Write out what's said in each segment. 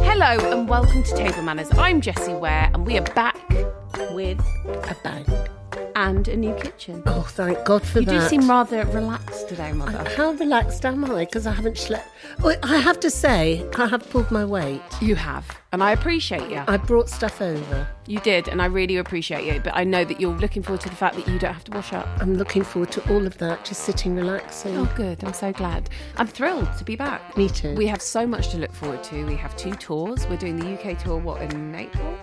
Hello and welcome to Table Manners. I'm Jessie Ware and we are back with A bang. and a new kitchen. Oh, thank God for You do that. seem rather relaxed today, Mother. How relaxed am I? Because I haven't slept. Oh, I have to say, I have pulled my weight. You have, and I appreciate you. I brought stuff over. You did, and I really appreciate you. But I know that you're looking forward to the fact that you don't have to wash up. I'm looking forward to all of that, just sitting, relaxing. Oh, good. I'm so glad. I'm thrilled to be back. Me too. We have so much to look forward to. We have two tours. We're doing the UK tour, what, in April?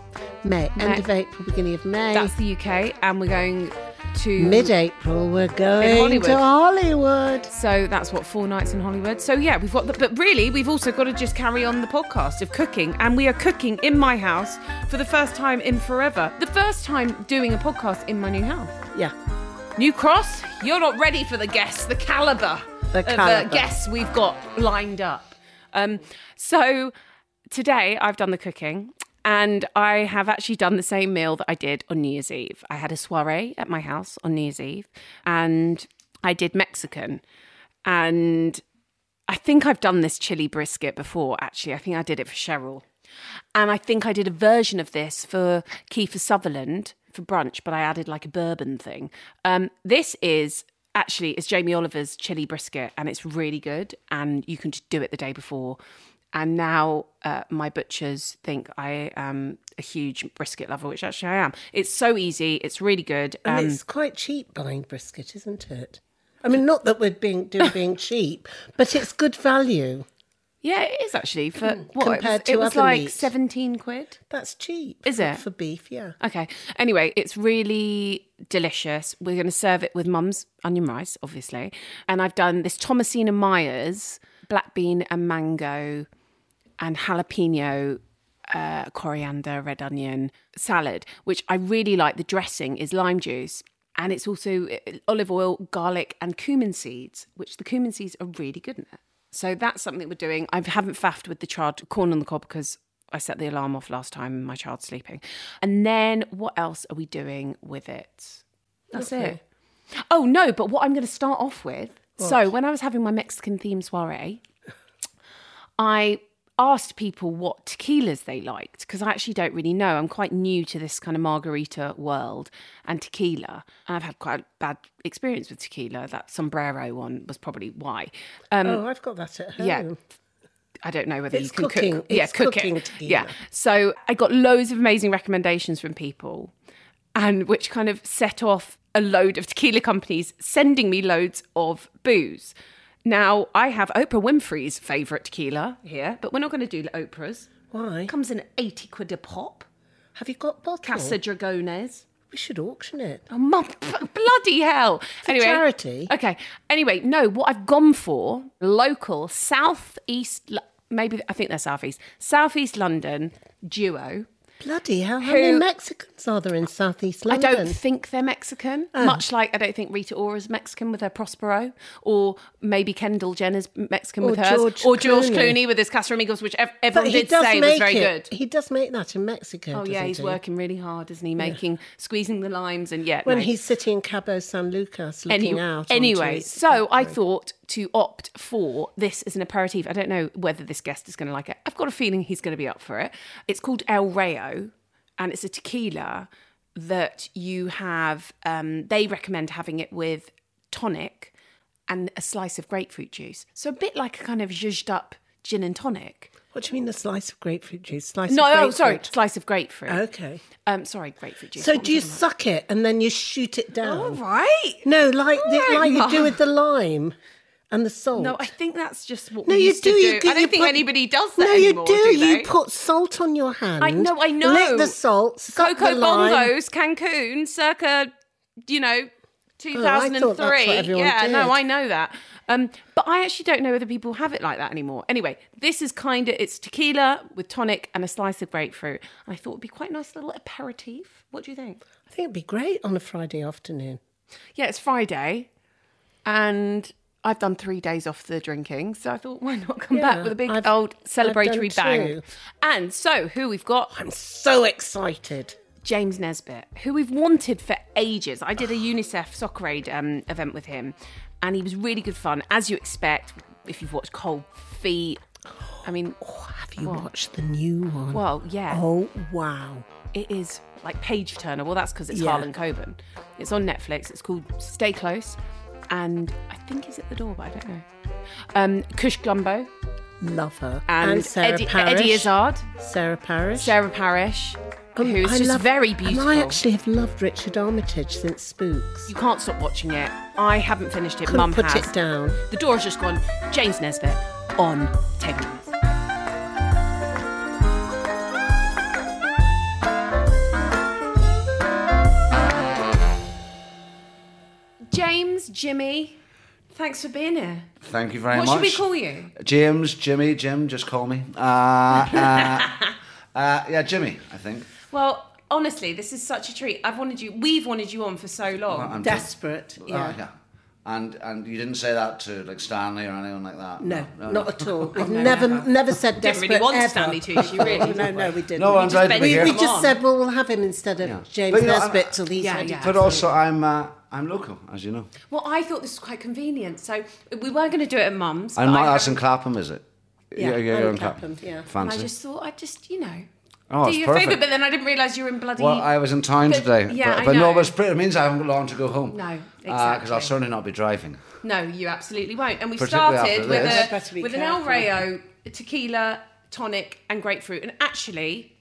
May, May. end of April, beginning of May. That's the UK, and we're going to. Mid April, we're going Hollywood. to Hollywood. So that's what four nights in Hollywood. So yeah, we've got the but really we've also got to just carry on the podcast of cooking and we are cooking in my house for the first time in forever. The first time doing a podcast in my new house. Yeah. New Cross, you're not ready for the guests, the caliber The of uh, caliber. guests we've got lined up. Um, so today I've done the cooking and I have actually done the same meal that I did on New Year's Eve. I had a soiree at my house on New Year's Eve and I did Mexican. And I think I've done this chili brisket before, actually. I think I did it for Cheryl. And I think I did a version of this for Kiefer Sutherland for brunch, but I added like a bourbon thing. Um, this is actually it's Jamie Oliver's chili brisket, and it's really good. And you can just do it the day before. And now uh, my butchers think I am a huge brisket lover, which actually I am. It's so easy. It's really good. And Um, it's quite cheap buying brisket, isn't it? I mean, not that we're being doing being cheap, but it's good value. yeah, it is actually for what Mm, it was, Compared it to was other like meat. seventeen quid. That's cheap. Is for- it? for beef? Yeah. Okay. Anyway, it's really delicious. We're going to serve it with mum's onion rice, obviously. And I've done this Thomasina Myers black bean and mango and jalapeno uh, coriander, red onion salad, which I really like. The dressing is lime juice. And it's also uh, olive oil, garlic, and cumin seeds, which the cumin seeds are really good in it. So that's something we're doing. I haven't faffed with the charred corn on the cob because I set the alarm off last time and my child's sleeping. And then what else are we doing with it? That's it. Oh no, but what I'm going to start off with. So when I was having my Mexican themed soiree, I asked people what tequilas they liked because I actually don't really know. I'm quite new to this kind of margarita world and tequila. And I've had quite a bad experience with tequila. That sombrero one was probably why. Um, oh, I've got that at home. yeah. I don't know whether Oh. It's you can cooking- cook. Yeah, it's cook cooking it. tequila. Yeah. So I got loads of amazing recommendations from people, and which kind of set off a load of tequila companies sending me loads of booze. Now I have Oprah Winfrey's favorite tequila here, but we're not going to do Oprah's. Why? It comes in at eighty quid a pop. Have you got bottles? Casa Dragones. We should auction it. Oh, mum, b- bloody hell. charity? Okay. Anyway, no, what I've gone for, local, southeast, Lo- maybe, I think they're southeast, southeast London duo. Bloody hell! How Who- many Mexicans are there in Southeast London? Ah. I don't think they're Mexican, much like I don't think Rita Ora's Mexican with her Prospero, or maybe Kendall Jenner's Mexican Or with hers, George or George Clooney. Clooney with his Casa Amigos, which ev- But everyone he did does say make was very it. good. He does make that in Mexico. Oh yeah, doesn't he's he? working really hard, isn't he? Making, squeezing the limes, and yet when no. he's sitting in Cabo San Lucas looking Any- out. onto Anyway, his- so I thought to opt for this as an aperitif. I don't know whether this guest is going to like it. I've got a feeling he's going to be up for it. It's called El Rayo, and it's a tequila that you have. Um, they recommend having it with tonic and a slice of grapefruit juice. So a bit like a kind of zhuzhed up gin and tonic. What do you mean a slice of grapefruit juice? Slice No, of oh, sorry, grapefruit? slice of grapefruit. Okay. Um, sorry, grapefruit juice. So What am do I you talking about? suck it and then you shoot it down? All right. No, like the, All right, like you Mum. do with the lime and the salt. No, I think that's just what No, we you used do. to You, do. g- I don't you think put- anybody does that No, anymore. you do. they? you put salt on your hand. know, I know. Lick the salt. Suck Coco the lime. Bongos, Cancun, circa, you know, 2003. Oh, thought that's what everyone yeah, did. no, I know that. Um, but I actually don't know whether people have it like that anymore. Anyway, this is kind of it's tequila with tonic and a slice of grapefruit. I thought it would be quite a nice little aperitif. What do you think? I think it'd be great on a Friday afternoon. Yeah, it's Friday, and I've done three days off the drinking, so I thought, why not come Yeah, back with a big I've- old I've done celebratory bang? two. And so, who we've got? I'm so excited. James Nesbitt, who we've wanted for ages. I did a UNICEF soccer aid um, event with him, and he was really good fun, as you expect. If you've watched Cold Feet, I mean, Have you watched the new one? well, yeah, Oh wow! it is like page turner. Well, that's because it's Yeah. Harlan Coben. It's on Netflix. It's called Stay Close, and I think he's at the door, but I don't know. Um, Kush Gumbo Love her and, Sarah Eddie, Parish. Eddie Izzard, Sarah Parish. Sarah Parish, Um, who's I just love- very beautiful. And I actually have loved Richard Armitage since Spooks. You can't stop watching it. I haven't finished it. Couldn't Mum put has. it down. The door's just gone. James Nesbitt on Tech Times. James, Jimmy, thanks for being here. Thank you very what much. should we call you? James, Jimmy, Jim, just call me. Uh, uh, uh, yeah, Jimmy, I think. Well, honestly, this is such a treat. I've wanted you. We've wanted you on for so long. I'm Desperate. just- uh, yeah. And and you didn't say that to like Stanley or anyone like that. No, no, not at all. We've never, never said Didn't desperate. really want ever. Stanley Tucci, really. no, no, we didn't. No, we I'm just, glad to be we, here. we Come just on. said, well, we'll have him instead of Yeah. James But you know, I'm- Nesbitt till he's Yeah, ready. yeah. But also, I'm uh, I'm local, as you know. Well, I thought this was quite convenient. So we were going to do it at Mum's. And but I not haven't- that's in Clapham, is it? Yeah, I'm in Clapham, yeah. And Fancy. I just thought I'd just, you know, Oh, do it's you a perfect. favour, but then I didn't realise you were in bloody. Well, I was in town But- today, yeah, but, I but no, know. but it's pretty, it means I haven't got long to go home. No, Because I'll exactly. certainly not be driving. No, you absolutely won't. And we Particularly started after with, this. Better a, be with an El careful. Rayo, tequila, tonic, and grapefruit. And actually,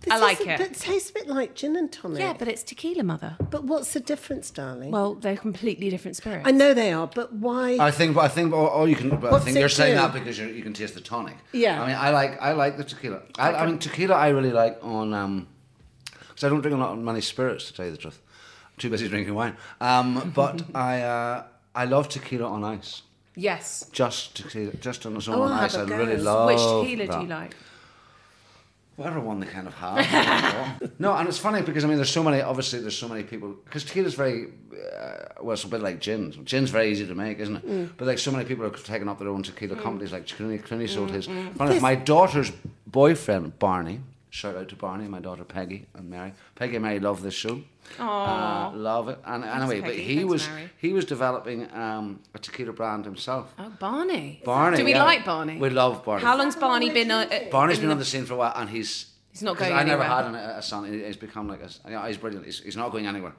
This I like isn't- it. But it tastes a bit like gin and tonic. yeah, but it's tequila, mother. But what's the difference, darling? Well, they're completely different spirits. I know they are, but why? I think, but I think, all, all you can. But I What's think it you're saying do? that because you're, you can taste the tonic. Yeah. I mean, I like, I like the tequila. I, I mean, tequila, I really like on, um, because I don't drink a lot of many spirits to tell you the truth. I'm too busy drinking wine. Um, but I, uh, I love tequila on ice. Yes. Just tequila, just on its own Oh, on I'll ice. I have a really go. love. Which tequila Oh, that. do you like? Whatever one they kind of have. no, and it's funny because I mean, there's so many. Obviously, there's so many people because tequila's very uh, well, it's a bit like gins. Gin's very easy to make, isn't it? Mm. But like so many people are taking up their own tequila companies. Like Clooney, Clooney sold Mm-hmm. his. Funny, enough, my daughter's boyfriend Barney. Shout out to Barney, my daughter Peggy and Mary. Peggy and Mary love this show. Uh, love it. And anyway, but Peggy. he Thanks, was Mary. he was developing um, a tequila brand himself. Oh, Barney. Barney, Do we yeah. like Barney? We love Barney. How long's Barney been? Uh, uh, Barney's in been the- on the scene for a while, and he's He's not 'cause going I never anywhere. had an, a son. He- He's become like a s- you know, he's brilliant. He's, he's not going anywhere.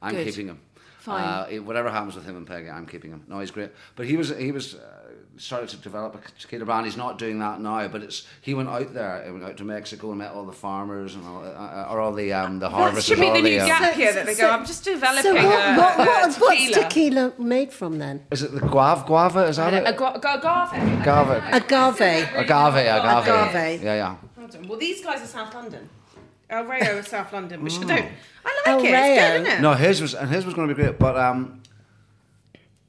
I'm Good. keeping him. Fine. Uh, it- whatever happens with him and Peggy, I'm keeping him. No, he's great. But he was he was uh, started to develop a tequila brand. He's not doing that now, but it's he went out there. He went out to Mexico and met all the farmers and all, uh, uh, or all the um, the That harvesters. should be all the new um, gap here that they go, I'm just developing so what, a, what, a what, what's tequila." tequila made from then? Is it the guava? Guava is that A it? gra- gra- agave. Agave. Agave. Agave. Agave. Agave. Yeah, yeah. London. Well, these guys are South London. El Rayo is South London, which I don't. I like El it. It's Rayo. good, isn't it? No, his was and his was going to be great, but um,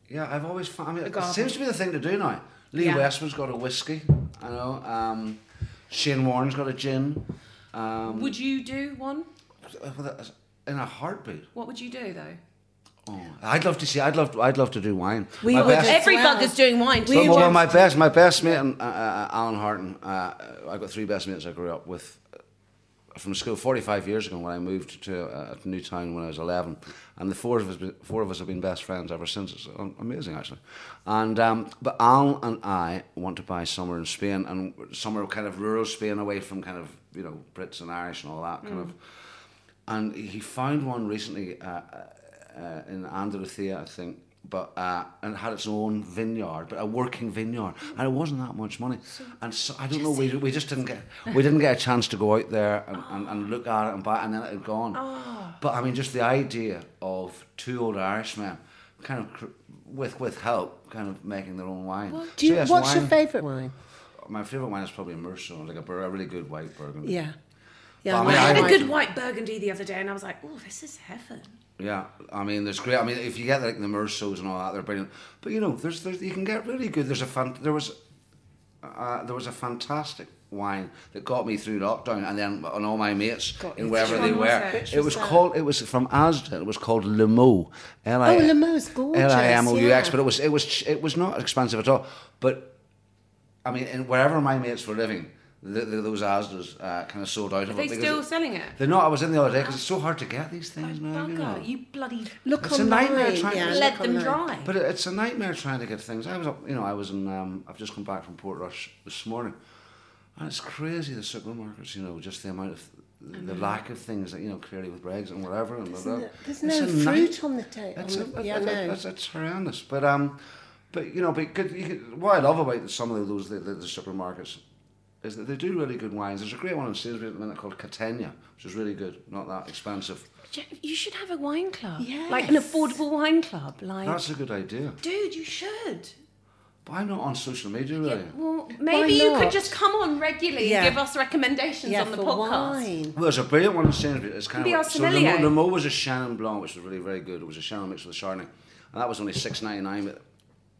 yeah, I've always found. I mean, it Garvey. seems to be the thing to do now. Lee Yeah. Westwood's got a whiskey. I know. Um, Shane Warren's got a gin. Um, Would you do one? in a heartbeat. What would you do though? Oh, I'd love to see. I'd love. I'd love to do wine. We My would best- as Every well. bugger's doing wine. We too. well, well, want- my best, my best mate, and, uh, uh, Alan Harton. Uh, I got three best mates I grew up with uh, from school 45 years ago when I moved to uh, a new town when I was 11, and the four of us, four of us have been best friends ever since. It's um, amazing, actually. And um, but Alan and I want to buy somewhere in Spain, and somewhere kind of rural Spain, away from kind of you know Brits and Irish and all that kind of. uh, And he found one recently uh, uh, in Andalusia, I think, but uh, and it had its own vineyard, but a working vineyard, and it wasn't that much money. And so I don't know, we, we just didn't get we didn't get a chance to go out there and, and, and look at it and buy, it, and then it had gone. Ah. But I mean, just the idea of two old Irishmen, kind of cr- with with help, kind of making their own wine. Do you, So yes, what's your wine- favourite wine? My favorite wine is probably Merceau, like a, bur- a really good white Burgundy. Yeah. Yeah, I I mean, like I had a wine. good white burgundy the other day, and I was like, "Oh, this is heaven." Yeah, I mean, there's great. I mean, if you get like the Merceaus and all that, they're brilliant. But you know, there's, there's you can get really good. There's a fan. There was, uh, there was a fantastic wine that got me through lockdown, and then on all my mates in wherever Which they one were. was it? Which It was called. It was from Asda. It was called Limo. L I Oh, Limo's gorgeous, L I M O U X. yeah. But it was it was it was not expensive at all. But I mean, in wherever my mates were living. th th those Asdas uh, kind of sold out of they it. because still it- selling it? They're not. I was in the other day because it's so hard to get these things now. You know. Bugger, you bloody Look It's a online. nightmare trying to- yeah, let look them online. dry. But it- it's a nightmare trying to get things. I was up, you know, I was in. Um, I've just come back from Portrush this morning, and it's crazy the supermarkets. You know, just the amount of the lack of things that you know, clearly with Brexit and whatever. And blah, blah. There's It's no a fruit night- on the table. It's, a, yeah, it- no. it's, it's horrendous. But um, but you know, but good, you could, what I love about some of those the, the, the supermarkets is that they do really good wines. There's a great one in Sainsbury at the minute called Catania, which is really good, not that expensive. You should have a wine club, like an affordable wine club. Like, That's a good idea. dude, you should. But I'm not on social media really. Well, maybe you could not? just come on regularly and Yeah. give us recommendations yeah, on the for podcast. wine. Well, there's a brilliant one in Sainsbury's. It's kind Could be of our like, so sommelier. Lemo, Lemo was a Shannon Blanc, which was really very good. It was a Shannon mixed with a Chardonnay, and that was only six ninety nine. But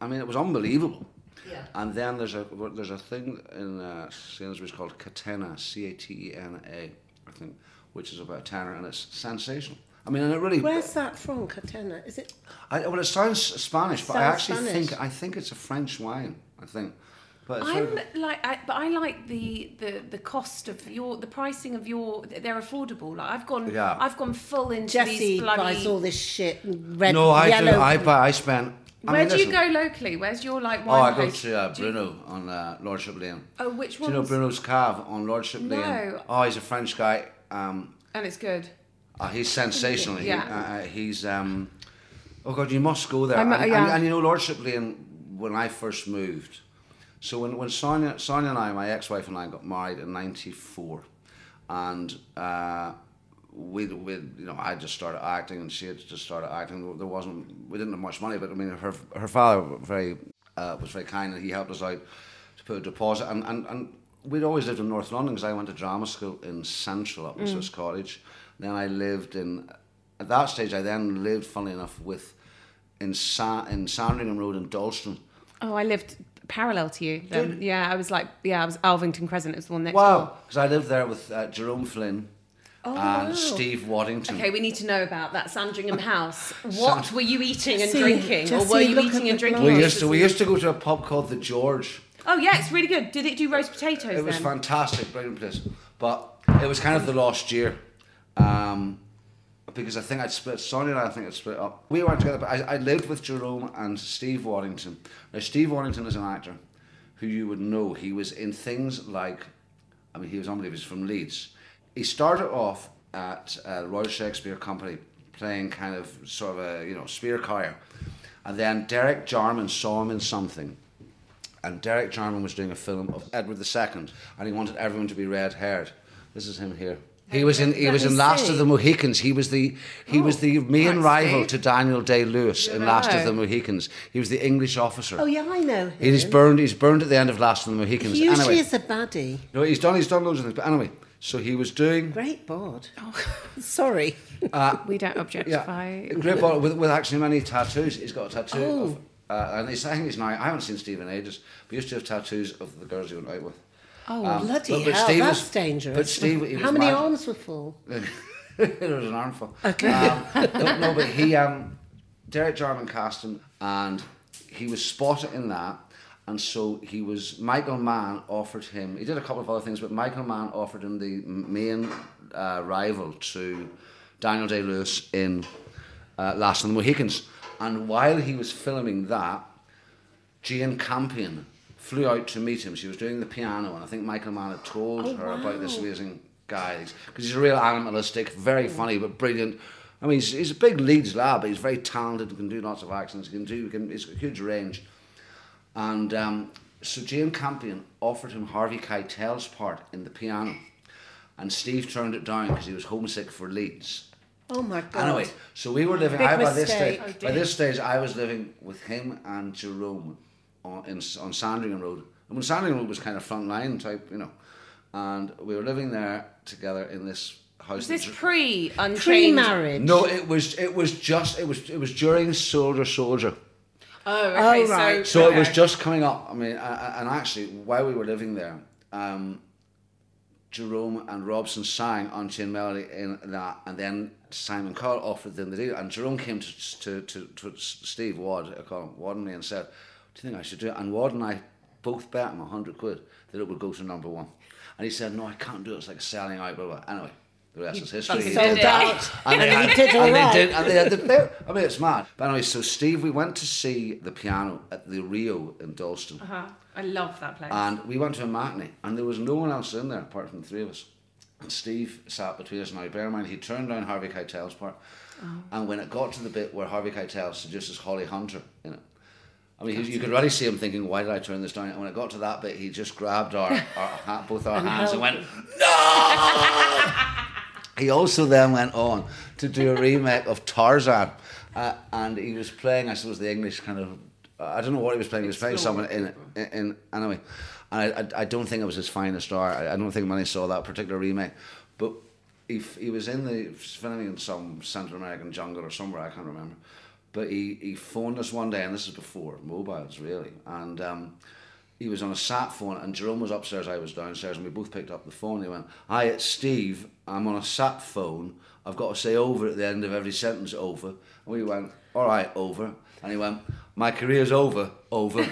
I mean, it was unbelievable. Yeah. And then there's a there's a thing in uh, Sainsbury's called Catena, C A T E N A, I think, which is about a tenner, and it's sensational. I mean, and it really. Where's that from, Catena? Is it? I, well, it sounds Spanish, but I Sounds actually Spanish. think I think it's a French wine. I think, but it's I'm very- like, I, but I like the, the the cost of your the pricing of your. They're affordable. Like I've gone, Yeah. I've gone full into Jesse these buys all bloody. this shit. Red, no, I yellow. do. I buy. I spend. I Where mean, do listen, you go locally? Where's your like Oh, wine? I go host? to uh, Do you- Bruno on uh, Lordship Lane. Oh, which Do you know ones? Bruno's Cave on Lordship No. Lane? Oh, he's a French guy. Um, and it's good. uh, he's sensational. He- Yeah. uh, uh, he's. Um, oh God, you must go there. I'm- and, and- yeah. and you know Lordship Lane when I first moved. So when when Sonia Sonia and I, my ex-wife and I, got married in '94, and. Uh, we, we, you know, I just started acting, and she had just started acting. There wasn't, we didn't have much money, but I mean, her her father very uh, was very kind, and he helped us out to put a deposit. And and, and we'd always lived in North London because I went to drama school in Central up in Swiss Cottage. Then I lived in, at that stage, I then lived, funnily enough, with in Sa- in Sandringham Road in Dalston. Oh, I lived parallel to you. Then. Yeah, I was like, yeah, I was Alvington Crescent. It was the one next door. Wow, because I lived there with uh, Jerome Flynn and Steve Waddington. Oh, Okay, we need to know about that Sandringham House. What Sand- were you eating and See, drinking, or Jesse, were you look eating at and the drinking? We glass. whilst used to we listening? used to go to a pub called the George. Oh yeah, it's really good. Did it do roast potatoes? It was then? fantastic, brilliant place. But it was kind of the lost year. Um, because I think I'd split, Sonia and I, I think I'd split up. We weren't together, but I, I lived with Jerome and Steve Warrington. Now, Steve Warrington is an actor who you would know. He was in things like, I mean, he was unbelievable. He's from Leeds. He started off at uh, Royal Shakespeare Company playing kind of sort of a, you know, spear carrier. And then Derek Jarman saw him in something and Derek Jarman was doing a film of Edward II, and he wanted everyone to be red-haired. This is him here. He was in. He was in Last of the Mohicans. He was the. He was the Oh, main rival to Daniel Day Lewis in Last of the Mohicans. He was the English officer. Oh yeah, I know. Him. He's burned. He's burned at the end of Last of the Mohicans. He usually anyway, is a baddie. no, he's done. He's done loads of things. But anyway, so he was doing. Great bod. Oh. Sorry. We don't objectify. Yeah, great ball with, with actually many tattoos. He's got a tattoo of, Oh. uh, and he's, I think he's now. I haven't seen Steve in ages. But he used to have tattoos of the girls he went out with. Oh bloody bloody but- but hell, hell! Steve was- that's that's dangerous. dangerous. but Steve- he How was many mad. arms were full? it was an armful. Okay. Um, no, no, but he, um, Derek Jarman cast him, and he was spotted in that. And so he was. Michael Mann offered him. He did a couple of other things, but Michael Mann offered him the main uh, rival to Daniel Day Lewis in uh, Last of the Mohicans. And while he was filming that, Jane Campion flew out to meet him. She was doing the piano, and I think Michael Mann had told her about this amazing guy because he's a real animalistic, very funny but brilliant I mean, he's, he's a big Leeds lad, but he's very talented. He can do lots of accents. He can do. He can, he's got a huge range. And um, so Jane Campion offered him Harvey Keitel's part in the piano, and Steve turned it down because he was homesick for Leeds. Oh my god. Anyway, so we were living. Big I, by this mistake. Oh, stage, by this stage, I was living with him and Jerome on in, on Sandringham Road. And when Sandringham Road was kind of front line type, you know, and we were living there together in this house. Is that this Jer- pre unchanged? Pre-marriage. no, it was it was just it was it was during Soldier Soldier. Oh, okay. Oh, right. So, So it was okay. just coming up. I mean, a- a- and actually, while we were living there, um, Jerome and Robson sang Unchained Melody in that, and then Simon Cowell offered them the deal. And Jerome came to to, to, to Steve Ward, I call him Ward and me, and said, "Do you think I should do it?" And Ward and I both bet him a hundred quid that it would go to number one. And he said, "No, I can't do it. It's like selling out." Blah blah. Anyway, the rest is history. He sold did it. out. And they had- He did all and they right. did and they had the bear. I mean, it's mad. But anyway, so Steve, we went to see the piano at the Rio in Dalston, Uh-huh. I love that place. and we went to a matinee, and there was no one else in there apart from the three of us. And Steve sat between us. Now, bear in mind, he turned down Harvey Keitel's part, Oh. and when it got to the bit where Harvey Keitel seduces Holly Hunter, you know. I mean, you could already see him thinking, "Why did I turn this down?" And when it got to that bit, he just grabbed our, our ha- both our hands and went, he also then went on to do a remake of Tarzan, uh, and he was playing, I suppose, the English kind of. I don't know what he was playing. He was playing someone in, in, in anyway, and I, I, I don't think it was his finest hour. I, I don't think many saw that particular remake, but he, f- he was in the filming in some Central American jungle or somewhere I can't remember, but he, he phoned us one day, and this is before mobiles really, and um, he was on a sat phone and Jerome was upstairs, I was downstairs, and we both picked up the phone. He went, Hi, it's Steve. I'm on a sat phone. I've got to say over at the end of every sentence, over. And we went, All right, over. And he went, My career's over, over.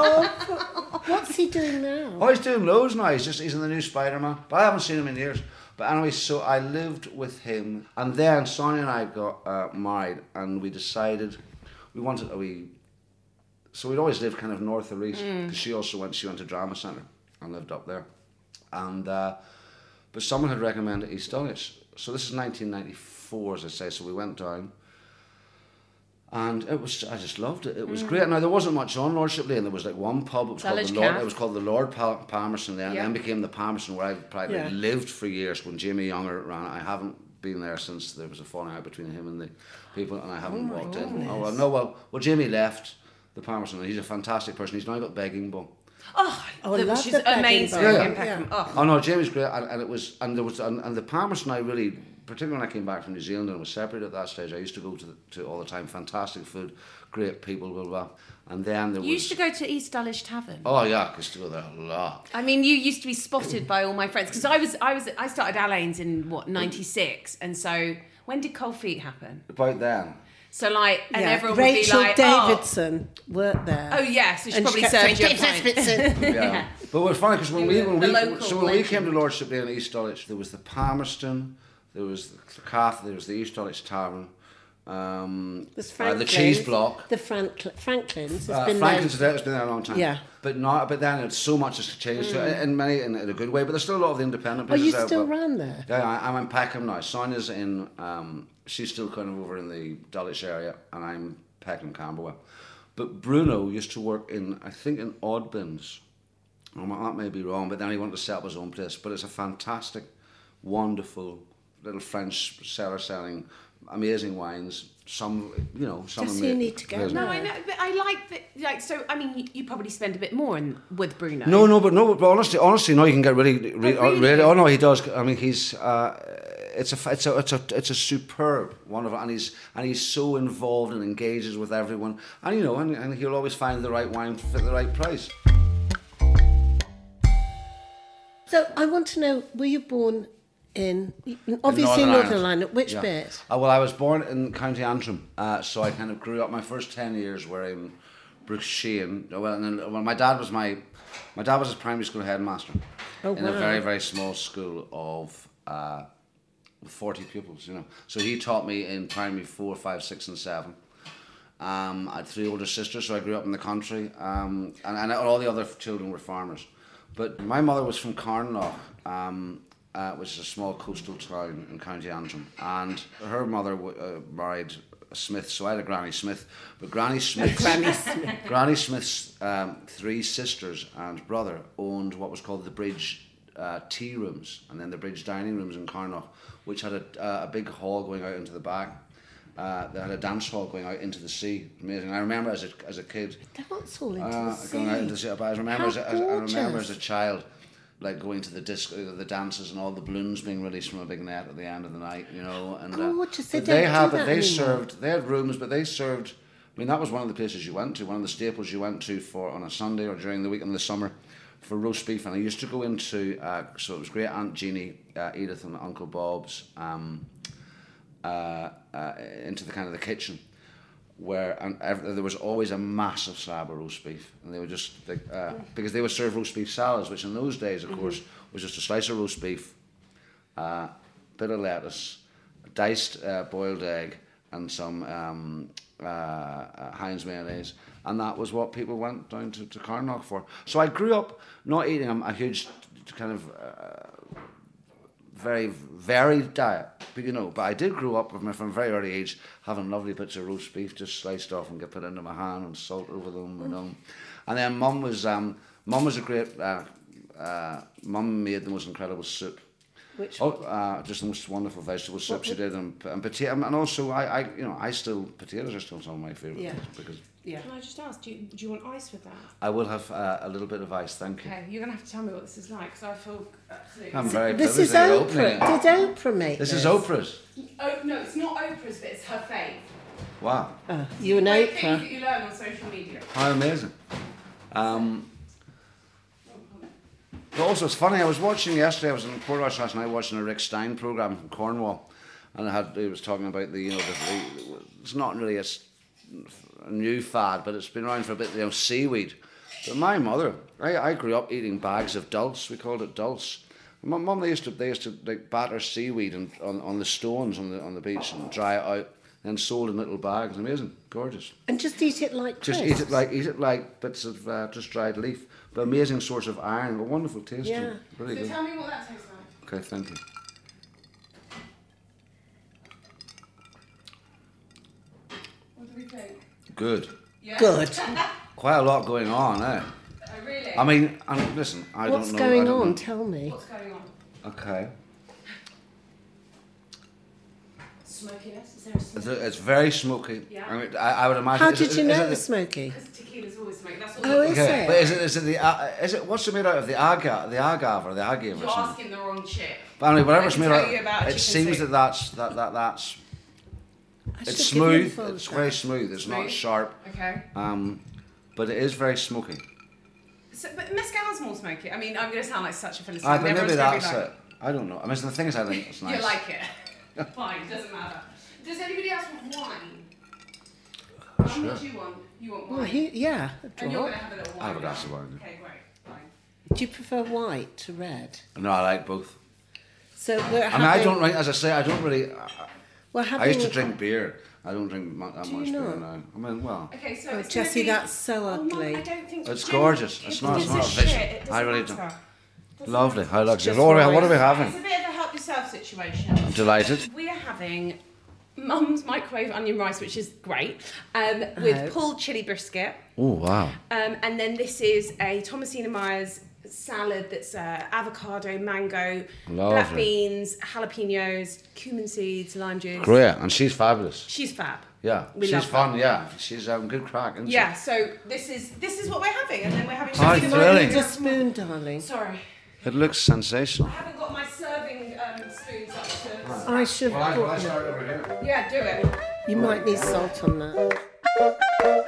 What's he doing now? oh, he's doing loads now. He's just he's in the new Spider Man. But I haven't seen him in years. But anyway, so I lived with him. And then Sonia and I got uh, married, and we decided we wanted a wee so we'd always lived kind of north of Reese because she also went she went to drama centre and lived up there and uh, but someone had recommended East Dulwich so this is 1994 as I say so we went down and it was I just loved it it was great now there wasn't much on Lordship Lane there was like one pub it was Dulwich called the Lord Caff. it was called the Lord Pal- Palmerston then Yeah. and then became the Palmerston where I privately Yeah. lived for years when Jimmy Younger ran it I haven't been there since there was a falling out between him and the people and I haven't walked in oh well no well well Jimmy left the Palmerston and he's a fantastic person he's now got begging bowl oh, Oh, I the- love she's the bedding amazing. bag. Yeah, yeah. in Peckham. Yeah. Oh. Oh no, Jamie's great, and, and it was, and there was, and, and the Palmerston. I really, particularly when I came back from New Zealand and was separated at that stage, I used to go to the, to all the time. Fantastic food, great people, blah blah. And then there You was. used to go to East Dulwich Tavern. oh yeah, I used to go there a lot. I mean, you used to be spotted by all my friends because I was, I was, I started Alain's in what '96, and so when did Cold Feet happen? About then. So like, and Yeah, everyone Rachel would be like, "Oh, Davidson worked there. oh yeah," so she And probably she kept served you a saying, pint. Yeah. but what's funny because when we were when the we local so when we legend. came to Lordship Day in East Dulwich, there was the Palmerston, there was the Calf, there was the East Dulwich Tavern, um, There's uh, the Franklin's. Cheese Block. The Frankl- Franklin's has Uh, been Franklin's there. there, it's been there a long time. Yeah. But not. But then it's so much has changed so Mm. in, in many in, in a good way. But there's still a lot of the independent. Oh, you places out, still but- ran there? Yeah, I, I'm in Peckham now. Sonia's in. Um, she's still kind of over in the Dulwich area, and I'm Peckham Camberwell. But Bruno used to work in, I think, in Oddbins. Oh, my that may be wrong, but then he wanted to set up his own place. But it's a fantastic, wonderful little French cellar selling amazing wines. Some, you know, some. Just ama- you need to go amazing- "Oh, No, I know, but I like that. Like, so I mean, you, you probably spend a bit more in, with Bruno. No, no, but no, but honestly, honestly, no, you can get really, really, Oh, really? really- oh no, he does. I mean, he's uh, it's a, f- it's a, it's a, it's a superb one of, and he's and he's so involved and engages with everyone, and you know, and, and he'll always find the right wine for the right price. So I want to know, were you born in, obviously Northern Northern, Ireland. Ireland, which Yeah. bit? Uh, well, I was born in County Antrim, uh, so I kind of grew up. My first ten years were in Brookshean. Well, and then, well, my dad was my my dad was his primary school headmaster Oh, in a wow. very very small school of uh, forty pupils. You know, so he taught me in primary four, five, six, and seven. Um, I had three older sisters, so I grew up in the country, um, and, and all the other children were farmers. But my mother was from Carnock, um, uh, which is a small coastal town in County Antrim. And her mother w- uh, married a Smith, so I had a Granny Smith. But Granny Smith's, Granny, Smith. Granny Smith's um, three sisters and brother owned what was called the Bridge uh, tea rooms and then the Bridge dining rooms in Carnock, which had a, uh, a big hall going out into the back. Uh, they had a dance hall going out into the sea. Amazing. I remember as a, as a kid. That's all into Uh, the going out into the sea. sea. But I remember, How as, as, I remember gorgeous. as a child, like going to the disco, the dances, and all the balloons being released from a big net at the end of the night. You know, and uh, Gorgeous. They but don't do have that they anymore. served. They had rooms, but they served. I mean, that was one of the places you went to, one of the staples you went to for on a Sunday or during the week in the summer for roast beef. And I used to go into, uh, so it was great Aunt Jeannie, uh, Edith, and Uncle Bob's. Um, uh, uh, into the kind of the kitchen where and ev there was always a massive slab of roast beef and they were just like, uh, because they would serve roast beef salads which in those days Mm-hmm. of course was just a slice of roast beef uh, bit of lettuce diced uh, boiled egg and some um, uh, uh, Heinz mayonnaise and that was what people went down to, to Carnock for so I grew up not eating a, a huge kind of uh, very varied diet, but you know. But I did grow up from from a very early age having lovely bits of roast beef just sliced off and get put into my hand and salt over them, you know. And then mum was um, mum was a great uh, uh, mum made the most incredible soup. Which Oh, uh, just the most wonderful vegetable soup she did, and, and potato, and also I, I, you know, I still potatoes are still some of my favourite Yeah. things because yeah. Can I just ask, do you, do you want ice with that? I will have uh, a little bit of ice. Thank you. Okay, you're going to have to tell me what this is like because I feel absolutely. I'm very This privileged is that you're opening Oprah. it. Did Oprah make This this? is Oprah's. Oh, no, it's not Oprah's, but it's her fave. Wow. You and Like Things that Oprah. you learn on social media. How amazing. Um, but also, it's funny, I was watching yesterday, I was in Portrush last night watching a Rick Stein programme from Cornwall, and I had, he was talking about the, you know, the, the, it's not really a, s- a new fad, but it's been around for a bit, you know, seaweed. But my mother, I, I grew up eating bags of dulse, we called it dulse. My mum, they used to, they used to like batter seaweed and, on, on the stones on the, on the beach and dry it out, and sold in little bags. Amazing, gorgeous. And just eat it like Just eat crisps. it like eat it like bits of uh, just dried leaf, but amazing source of iron, a wonderful taste. to it. Yeah. really So good. tell me what that tastes like. Okay, thank you. What do we think? Good. Yeah. Good. Quite a lot going on, eh? Oh, really? I mean, and listen, I What's don't know. I going don't on? know. Tell me. What's going on? Okay, Smokiness? Is there a smoke? it's, it's very smoky. Yeah. I, mean, I, I would imagine. How is did it- you is know it it was smoky? Because tequila's always smoky. That's what Oh, you're is Okay, it? but is it is it the uh, is it what's it made out of the agave the agave or the agave or something? asking the wrong shit. But anyway, whatever I it's can made tell out, you about a it chicken seems soup. that that's that, that that's I should it's give you a smooth. fold It's back. very smooth. It's not Smooth? sharp, Okay. um, but it is very smoky. So, but mezcal's more smoky. I mean, I'm going to sound like such a philistine. I Ah, but maybe Everyone's gonna be that's like, it. I don't know. I mean, the thing is, I think it's nice. You like it. Fine, doesn't matter. Does anybody else want wine? Mum, What do you want? You Oh, want wine? Well, Oh, he, yeah. a and you're drop. going to have a little wine. have a glass of now. wine, yeah. Okay, great. Fine. Do you prefer white to red? No, I like both. So we're I having. mean, I don't. really- As I say, I don't really. I, We're I having. used to drink beer. I don't drink mu- that Do you much beer not? now. I mean, well, Okay, so Oh, it's gonna Jessie, be- that's so Oh, Mum, ugly. I don't think It's Jen- gorgeous. It's not- it's doesn't not a shit. vision. It doesn't I really don't- matter. Doesn't lovely. matter. How luxury. just What are we- nice. what are we It's a having? bit of a help yourself situation. I'm delighted. We are having Mum's microwave onion rice, which is great, um, with pulled chili brisket. Oh wow. Um, and then this is a Thomasina Myers salad that's uh, avocado, mango, black Lovely. beans, jalapenos, cumin seeds, lime juice. Great, and she's fabulous. She's fab. Yeah, We she's love her. fun. Yeah, she's um, good crack. Isn't Yeah, so this is this is what we're having, and then we're having. Hi, Thomasina Really? Need a spoon, darling. Sorry, she? It looks sensational. I haven't got my serving um, spoons up to. I should. have brought that. over here? Yeah, do it. You might need salt on that.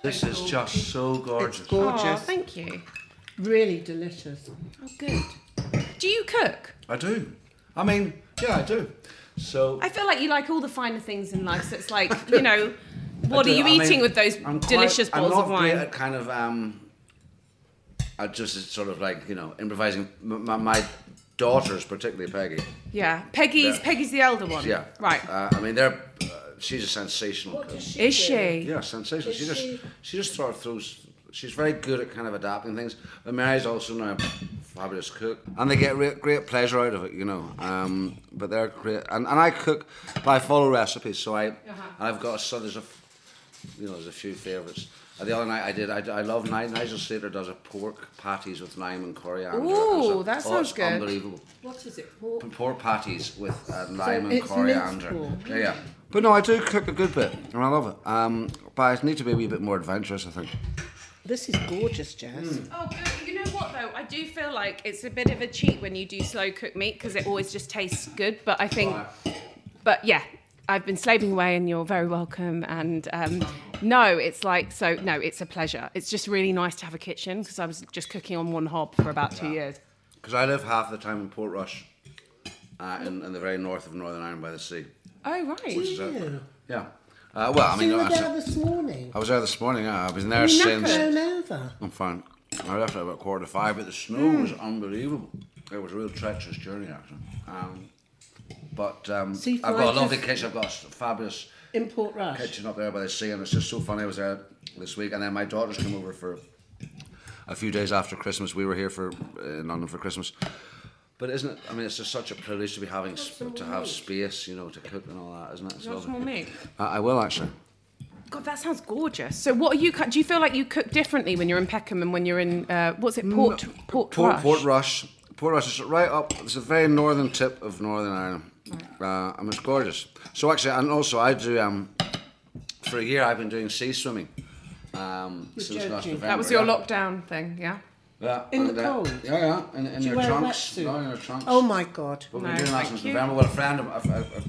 This is just so It's gorgeous. gorgeous. Oh, thank you. Really delicious. Oh, good. Do you cook? I do. I mean, yeah, I do. So I feel like you like all the finer things in life. So it's like, you know, what I are do. you I mean, eating with those I'm quite- delicious I'm bowls not of wine? Great at kind of, um, I just sort of like you know improvising. M- My, my daughters, particularly Peggy. Yeah, Peggy's Yeah. Peggy's the elder one. Yeah. right. Uh, I mean, they're. Uh, she's a sensational. cook. Is she? Yeah, sensational. She just she just sort of throws. She's very good at kind of adapting things. And Mary's also now a fabulous cook, and they get re- great pleasure out of it, you know. Um, but they're great, and, and I cook, but I follow recipes. So I, Uh-huh. I've got a son. There's a, f- you know, there's a few favourites. Uh, the other night I did. I, d- I love Ni- Nigel Slater does a pork patties with lime and coriander. It's Ooh, a- that oh, sounds it's good. Unbelievable What is it? Pork? pork patties with uh, lime and it's coriander. minced pork. Yeah, yeah. But no, I do cook a good bit, and I love it. Um, but I need to be a wee bit more adventurous, I think. This is gorgeous, Jazz. Hmm. Oh, good. you know what though? I do feel like it's a bit of a cheat when you do slow cooked meat because it always just tastes good. But I think, but yeah, I've been slaving away, and you're very welcome. And um, no, it's like so. No, it's a pleasure. It's just really nice to have a kitchen because I was just cooking on one hob for about two years. Because I live half the time in Portrush, uh, in, in the very north of Northern Ireland by the sea. Oh right. So, Ew. yeah. Uh, well, I mean, you no, were there I this morning. I was there this morning. Yeah, I was there You since. knackered over. I'm fine. I left at about quarter to five, but the snow Hmm. was unbelievable. It was a real treacherous journey, actually. Um, but um, See, I've got a Flyers- lovely kitchen. I've got a s- fabulous In Port Rush. kitchen up there by the sea, and it's just so funny. I was there this week, and then my daughters came over for a few days after Christmas. We were here for uh, in London for Christmas, but isn't it? I mean, it's just such a privilege to be having sp- to have space, you know, to cook and all that, isn't it? It's Lots lovely. more meat. I, I will actually. God, that sounds gorgeous. So, what are you? cu- Do you feel like you cook differently when you're in Peckham and when you're in uh, what's it? Port Port, Mm, Rush? Port Port Rush. Port Rush is right up. It's the very northern tip of Northern Ireland. Uh, and it's gorgeous. So actually, and also I do. Um, for a year, I've been doing sea swimming. Um, since last joking. November. That was your yeah. lockdown thing, yeah. Yeah, In the and, cold? uh, Yeah, yeah, in, in Do you your wear a trunks. wetsuit? No, in your trunks. Oh my God. We've been No, doing that thank since you. November. Well, a friend of a, a, a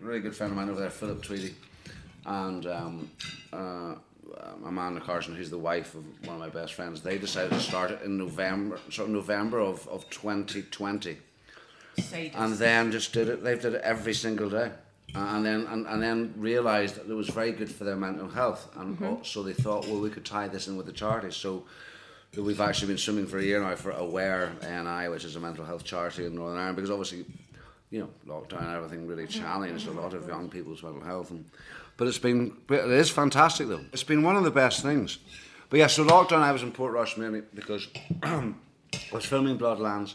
really good friend of mine over there, Philip Tweedy, and um, uh, Amanda Carson, who's the wife of one of my best friends, they decided to start it in November, sort of November of, of 2020 and then just did it. They've did it every single day, and then and, and then realised that it was very good for their mental health, and uh, so they thought, well, we could tie this in with the charity. So we've actually been swimming for a year now for Aware NI, which is a mental health charity in Northern Ireland, because obviously. You know, lockdown and everything really challenged a lot of young people's mental health, and but it's been but it is fantastic though. It's been one of the best things. But yeah, so lockdown I was in Port Rush mainly because I was filming Bloodlands,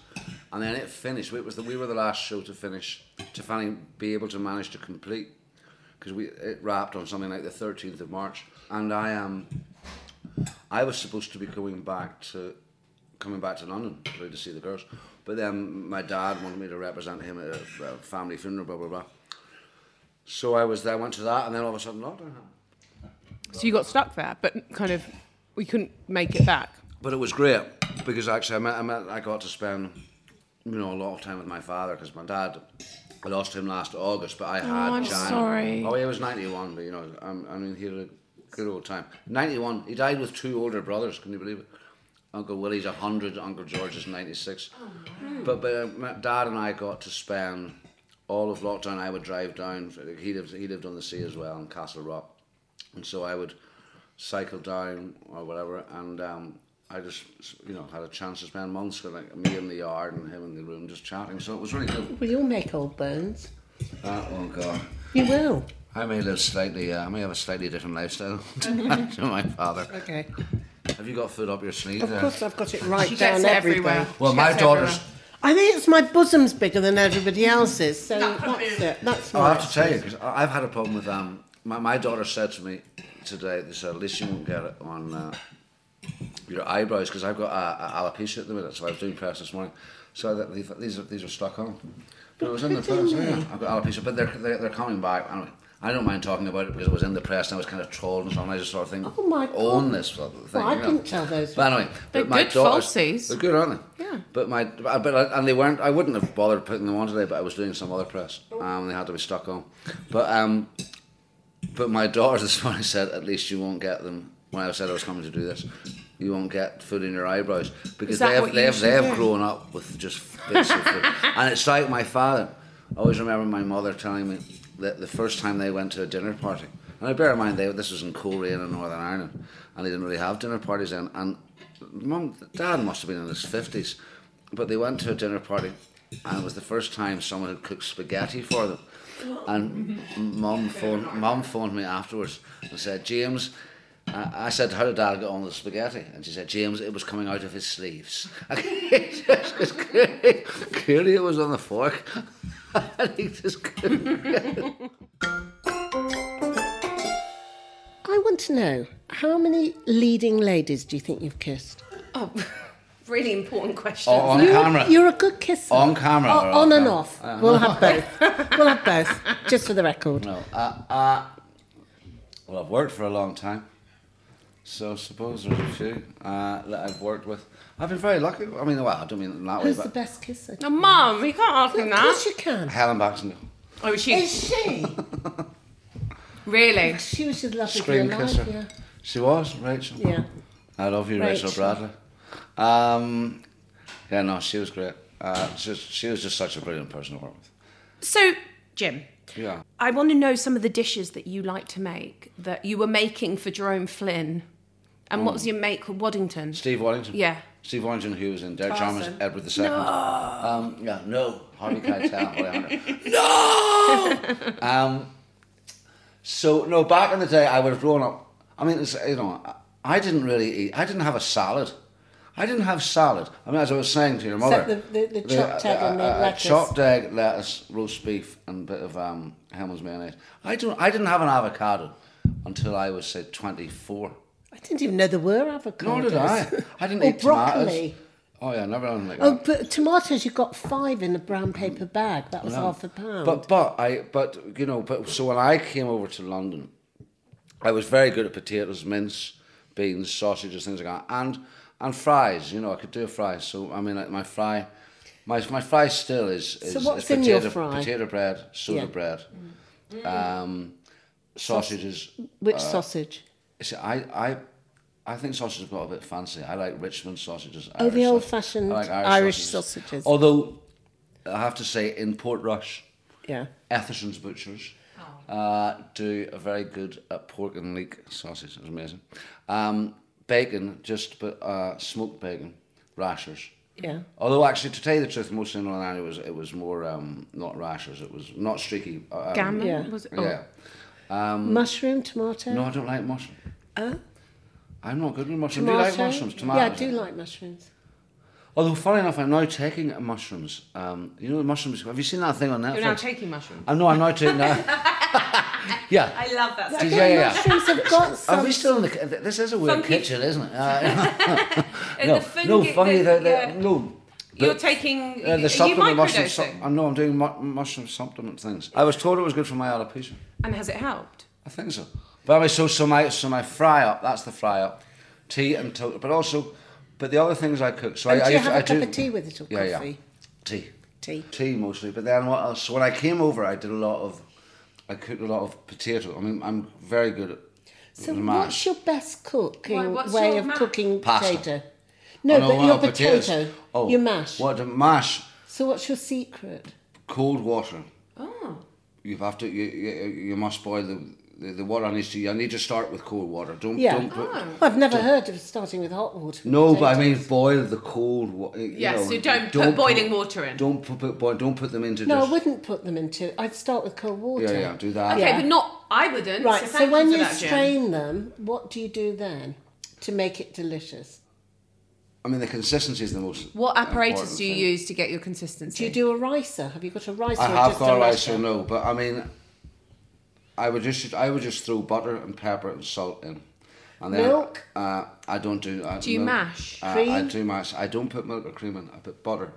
and then it finished. It was the, we were the last show to finish to finally be able to manage to complete because we it wrapped on something like the thirteenth of March, and I um, I was supposed to be going back to coming back to London really to see the girls, but then my dad wanted me to represent him at a, a family funeral, blah blah blah. So I was there, I went to that, and then all of a sudden lockdown happened. So you got stuck there, but kind of we couldn't make it back. But it was great because actually I met, I, met, I got to spend you know a lot of time with my father because my dad I lost him last August, but I had Oh, I'm giant- sorry. Oh, he was ninety one, but you know um, I mean he had a good old time. Ninety one, he died with two older brothers. Can you believe it? Uncle Willie's hundred, Uncle George is ninety six. But but uh, my dad and I got to spend all of lockdown. I would drive down. He lived he lived on the sea as well in Castle Rock, and so I would cycle down or whatever, and um, I just you know had a chance to spend months with like me in the yard and him in the room just chatting. So it was really good. Well, you'll make old bones. Uh, oh god, You will. I may live slightly. Uh, I may have a slightly different lifestyle to my father. Okay. Have you got food up your sleeve? Of there? course, I've got it right She down gets it everywhere. everything. Well, She my gets it daughter's everywhere. I think it's my bosom's bigger than everybody else's, so that's it. That's Oh, I have right. to tell you, because I've had a problem with um, my, my daughter said to me today, they said, at least you won't get it on uh, your eyebrows, because I've got uh, uh, alopecia at the minute, so I was doing press this morning. So that, these, these, are, these are stuck on. But it was in the press, yeah. I've got alopecia, but they're, they're, they're coming back. Anyway, I don't mind talking about it because it was in the press and I was kind of trolled and so on. I just sort of think, Oh my God. own this sort of thing. Well, I you know. didn't tell those But anyway, They're but my good daughters- falsies. They're good, aren't they? Yeah. But my, but but I, and they weren't. I wouldn't have bothered putting them on today, but I was doing some other press, um, they had to be stuck on. But um, but my daughter this morning said, at least you won't get them. When I said I was coming to do this, you won't get food in your eyebrows because Is that they have what they you have they should have do? grown up with just bits of food, and it's like my father. I always remember my mother telling me that the first time they went to a dinner party, and I bear in mind they this was in Coleraine in Northern Ireland, and they didn't really have dinner parties then. And mum, dad must have been in his fifties, but they went to a dinner party, and it was the first time someone had cooked spaghetti for them. And mum phoned, mum phoned me afterwards and said, James, I I said, how did Dad get on with the spaghetti? And she said, James, it was coming out of his sleeves. Because clearly, clearly it was on the fork. and he just couldn't. I want to know how many leading ladies do you think you've kissed? Oh, really important question. Oh, on camera. You're a good kisser. On camera Oh, or off on and camera? off. We'll have both. we'll have both, just for the record. No, uh, uh, well, I've worked for a long time. So suppose there's a few uh, that I've worked with. I've been very lucky. I mean, well, I don't mean it in that Who's way, the but best kisser? Oh, Mum, you can't ask him Of course that. you can. Helen Baxendale. Oh, is she Is she? really? She was your love of your Screen life, kisser. yeah. She was, Rachel. Yeah. I love you, Rachel, Rachel. Bradley. Um, yeah, no, she was great. Uh, she, was, she was just such a brilliant person to work with. So, Jim, Yeah. I want to know some of the dishes that you like to make that you were making for Jerome Flynn, and what was your make for Waddington? Mm. Steve Waddington. Yeah. Steve Waddington, who was in Derek Chalmers, Edward II. No. Oh. Um, yeah, no. Harvey Keitel, oh, Alejandro. No! um, so, no, back in the day, I would have grown up. I mean, it's, you know, I- I didn't really eat, I didn't have a salad. I didn't have salad. I mean, as I was saying to your mother, uh, Except the- the- the chopped egg and the lettuce. chopped egg, lettuce, roast beef, and a bit of um, Hellman's mayonnaise. I don't. I didn't have an avocado until I was say twenty four. I didn't even know there were avocados. Nor did I. I didn't Or eat broccoli. tomatoes. Oh yeah, never had like Oh, that. but tomatoes, you got five in a brown paper bag. That was half a pound. But but I but you know but so when I came over to London, I was very good at potatoes, mince, beans, sausages, things like that, and and fries. You know, I could do fries. So I mean, like my fry, my my fry still is is, So what's is in your potato, fry? potato bread, soda Yeah. Mm. bread, um, sausages. Which sausage? See, I I. I think sausages got a bit fancy. I like Richmond sausages. Oh, the Irish sausage- old-fashioned I like Irish sausages. Although, I have to say, in Portrush, Yeah. Etherson's Butchers Oh. uh, do a very good uh, pork and leek sausage. It's amazing. Um, bacon, just but uh, smoked bacon, rashers. Yeah. Although, actually, to tell you the truth, most in Northern Ireland, it was, it was more um, not rashers. It was not streaky. uh, Um, Gammon Yeah. was it? Oh. Yeah. Mushroom, tomato. Um, No, I don't like mushroom. I'm not good with mushroom. Oh. Tomato. Do you like mushrooms? Tomatoes. Yeah, I do like mushrooms. Although, funny enough, I'm now taking mushrooms. Um, you know, the mushrooms. Have you seen that thing on Netflix? You're now taking mushrooms. I know. I'm now taking that. yeah. I love that. Uh, yeah, yeah, yeah. Mushrooms have got Are some. we still in the? ki- This is a weird Funky. kitchen, isn't it? Uh, And no, the fungi- no, funny. the- The, the, yeah. No. You're the- taking. uh, are you the supplement mushroom. microdosing? sup- I know. I'm doing mu- mushroom supplement things. I was told it was good for my alopecia. and has it helped? I think so. But anyway, so so my so my fry up. That's the fry up. Tea and toast, but also, but the other things I cook. So And Oh, do I, I you used to- have a I cup do- of tea with it or yeah, Yeah. coffee? Tea. Tea. Tea mostly. But then what else? So when I came over, I did a lot of. I cooked a lot of potato. I mean, I'm very good at. So, mash. what's your best cooking Why, what's way your of ma- cooking Pasta. potato? No, Oh, but wow, your potatoes. Oh, potato, your mash. What the mash? So, what's your secret? Cold water. Oh. You have to. You, you, you must boil the, the the water needs to. You need to start with cold water. Don't Yeah. don't put. Oh. Well, I've never heard of starting with hot water. No, but I potatoes. mean boil the cold water. Yeah, so don't put boiling water in. Don't put, put boil, don't put them into. No, just, I wouldn't put them into. I'd start with cold water. Yeah, yeah, do that. Okay, Yeah. but not. I wouldn't. Right. So, So, thank when you, you, for that, Jim. strain them, what do you do then to make it delicious? I mean, the consistency is the most. What apparatus important do you thing. use to get your consistency? Do you do a ricer? Have you got a ricer? I or have just got a rice or rasher? no, but I mean, I would just I would just throw butter and pepper and salt in, and then Milk? Uh, I don't do. I, Do you milk. mash? Uh, I Cream? do mash. I don't put milk or cream in. I put butter.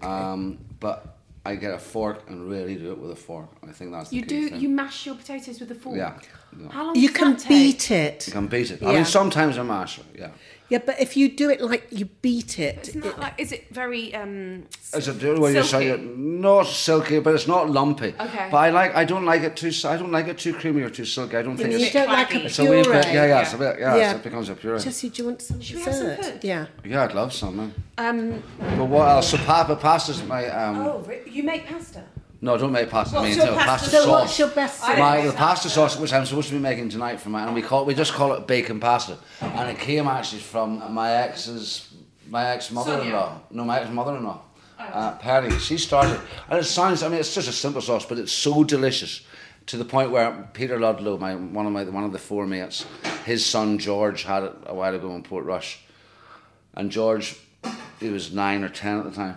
Um, but I get a fork and really do it with a fork. I think that's the You key do. thing. You mash your potatoes with a fork. Yeah, yeah. How long You does can that take? beat it. You can beat it. I Yeah. mean, sometimes I mash it. Yeah. Yeah, but if you do it like you beat it, It's not like. Is it very? Um, Is it the way you say it? Silky. Not silky, but it's not lumpy. Okay. But I like. I don't like it too. s- I don't like it too creamy or too silky. I don't think and it's. you don't claggy. like a puree. It's It's a wee bit, yeah, yeah, it's a bit, yeah, Yeah. It's, it becomes a puree. Jesse, do you want some we have some dessert? food? yeah. yeah, I'd love some. man. um, But what else? So papa pasta's my um. oh, re- you make pasta. No, don't make pasta. I What's mean, your no, pasta pasta sauce? sauce. So what's your best I sauce? don't- My, the pasta sauce, which I'm supposed to be making tonight for my, and we call we just call it bacon pasta, and it came actually from my ex's, my ex mother-in-law. No, my ex mother-in-law, uh, Penny. She started, and it sounds. I mean, it's just a simple sauce, but it's so delicious, to the point where Peter Ludlow, my one of my one of the four mates, his son George had it a while ago in Port Rush, and George, he was nine or ten at the time.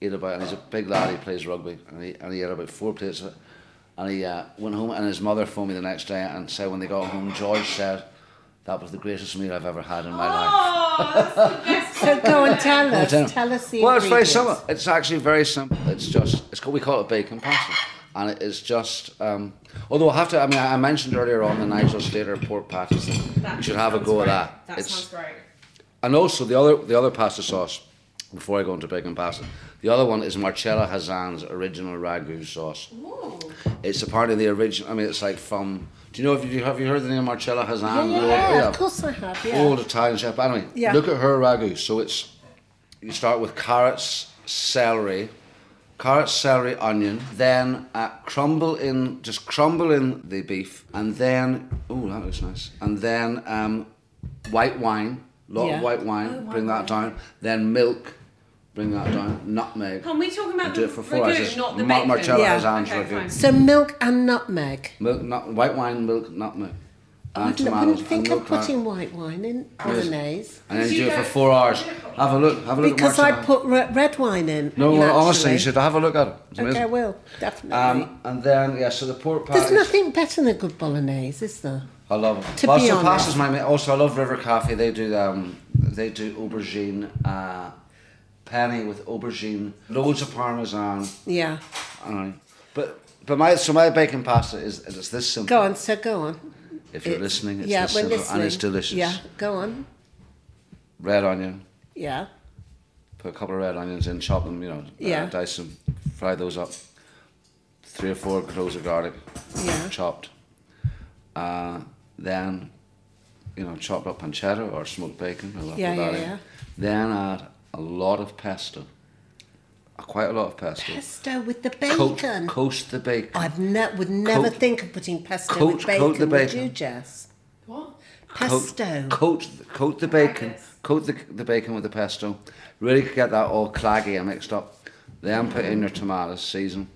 He had about, and he's a big lad. He plays rugby, and he and he had about four plates of it. And he uh, went home, and his mother phoned me the next day and said when they got home, George said, "That was the greatest meal I've ever had in my life." So go and tell I us. don't know. Tell us the well, it's very ingredients. simple. It's actually very simple. It's just it's called, we call it bacon pasta, and it is just. Um, although I have to, I mean, I I mentioned earlier on the Nigel Slater pork patties. That you should have a go at that. That It's- sounds great. And also the other the other pasta sauce, before I go into bacon pasta, the other one is Marcella Hazan's original ragu sauce. It's a part of the original. I mean, it's like from. Do you know if you have you heard the name Marcella Yeah, Hazan? yeah, The old- Oh, yeah, of course I have. Yeah. Old Italian chef. But anyway, Yeah. look at her ragu. So it's you start with carrots, celery, carrot, celery, onion. Then uh, crumble in, just crumble in the beef, and then oh, that looks nice. And then um, white wine, lot Yeah. of white wine. Oh, bring that down. Then milk. Bring that down. Nutmeg. Can we talk about do the it for four ragu, hours. not the Mar- bacon? Marcella Yeah. Hazan's Okay, ragu. fine. So milk and nutmeg. Milk, nut, white wine, milk, nutmeg, and Oh, I tomatoes. wouldn't and think milk of powder. putting white wine in bolognese and then Because you you do it for don't- four hours. Have a look. Have a look. because at I Marcella. put re- red wine in. No, well, naturally. honestly, you should have a look at it. It's Okay, I amazing. will definitely. Um, and then yeah, so the pork There's patties. nothing better than a good bolognese, is there? I love it. to Well, be so honest. pastas my mate. Also, I love River Cafe. They do um, they do aubergine uh, penny with aubergine, loads of parmesan. Yeah. I don't know. But but my so my bacon pasta is it's this simple. Go on, so go on. If you're listening, it's yeah, this we're simple listening. and it's delicious. Yeah, go on. Red onion. Yeah. put a couple of red onions in, chop them, you know, Yeah. uh, dice them, fry those up. Three or four cloves of garlic, Yeah. chopped. Uh, then, you know, chopped up pancetta or smoked bacon. I love Yeah, that yeah, in. yeah. Then add a lot of pesto, Uh, quite a lot of pesto. Pesto with the Coat- bacon. coat the bacon. I've ne- would never Coat- think of putting pesto coat- with bacon, coat the would bacon. you, Jess? What? Oh, Pesto. Coat, coat, coat the bacon. this. Coat the, the bacon with the pesto. Really get that all claggy and mixed up. Then put in your tomatoes, season.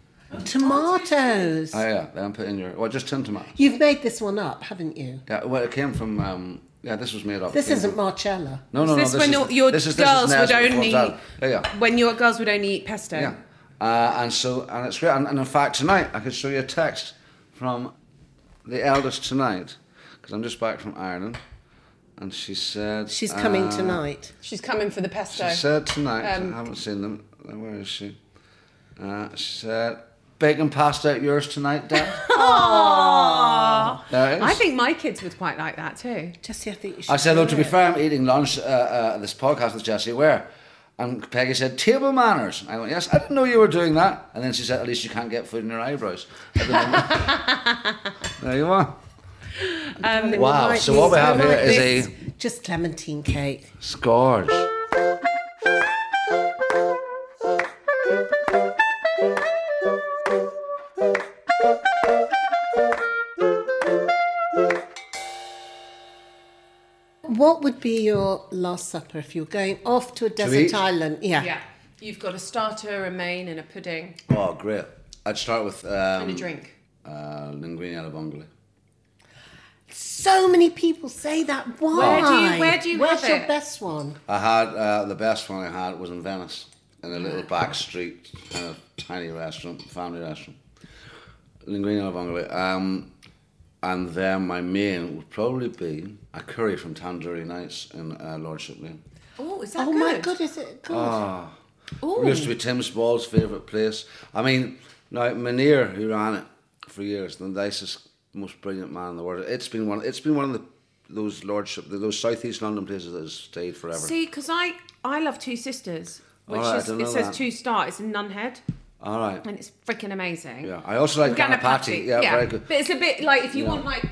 Tomatoes. Oh yeah, then put in your well, just tin tomatoes. You've made this one up, haven't you? Yeah, well, it came from. Um, yeah, this was made up. This Came isn't from- Marcella. No, no, no. this when is, your- your this is, girls this is would Nesbitt only- Fonzella. Yeah, When your girls would only eat pesto. yeah. yeah. Uh, and so, and it's great. And, and in fact, tonight I could show you a text from the eldest tonight because I'm just back from Ireland, and she said She's coming uh, tonight. She's coming for the She pesto. said tonight. um, I haven't seen them. Uh, Where is she? Uh, she said. Bacon pasta at yours tonight, Dad. there it is. I think my kids would quite like that too. Jesse, I think you should. I said, though, do to be it. fair, I'm eating lunch uh, uh, at this podcast with Jesse Ware. And Peggy said, table manners. I went, yes, I didn't know you were doing that. And then she said, at least you can't get food in your eyebrows. At the moment. there you are. Darling, Wow, you might so what we need- have you here might is need Just clementine cake. Scores. What would be your last supper if you were going off to a desert eat? island? Yeah. Yeah. You've got a starter, a main, and a pudding, Oh, great. I'd start with um, and a drink. Uh, linguine alla vongole. So many people say that. Why? Where do you- where do you Where's have your it? best one? I had uh, the best one I had was in Venice, in a little back street, kind of tiny restaurant, family restaurant, linguine al vongole. Um, and then my main would probably be a curry from Tandoori Nights in uh, Lordship Lane. Oh, is that Oh good? my god, is it good? Ah. It used to be Tim Ball's favourite place. I mean, now Manier, who ran it for years, the nicest, most brilliant man in the world. It's been one. It's been one of the those lordship, those southeast London places that has stayed forever. See, because I I love Two Sisters, which All right, I is don't it know says that. two star. It's in Nunhead, All right. and it's freaking amazing. Yeah, I also like Ganapati. Yeah, very good. But it's a bit like if you want like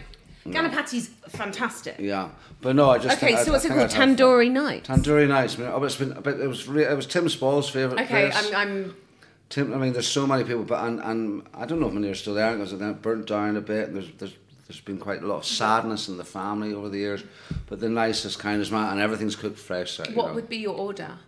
Ganapati's fantastic. Yeah, but no, I just Okay, think- I- so I what's it think called? I'd have- Tandoori Nights. Tandoori nights. I mean, oh, it's been, but it was re- it was Tim Spall's favorite. Okay, place. I'm, I'm Tim, I mean, there's so many people, but and, and I don't know if Manier's still there because it got burnt down a bit. And there's there's there's been quite a lot of sadness in the family over the years, but the nicest, kindest man, and everything's cooked fresh. So, you what know. would be your order?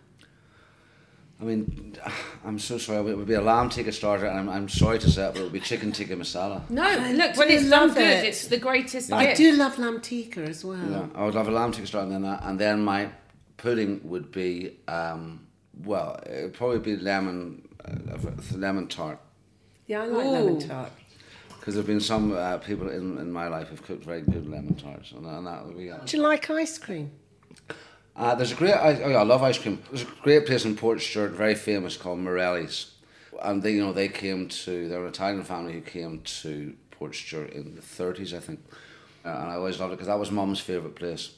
I mean, I'm so sorry. It would be a lamb tikka starter, and I'm, I'm sorry to say it, but it would be chicken tikka masala. No, look, do when it's done love good, it. it's the greatest I gift. do love lamb tikka as well. Yeah, I would have a lamb tikka starter, and then that, and then my pudding would be um, well, it'd probably be lemon uh, lemon tart. Yeah, I like lemon Ooh. tart. Because there've been some uh, people in, in my life who've cooked very good lemon tarts, and, and that would be. Do you like ice cream? Uh, there's a great. I, oh yeah, I love ice cream. There's a great place in Port Stewart, very famous, called Morelli's, and they you know they came to. They're an Italian family who came to Port Stewart in the 30s, I think, uh, and I always loved it because that was Mum's favourite place.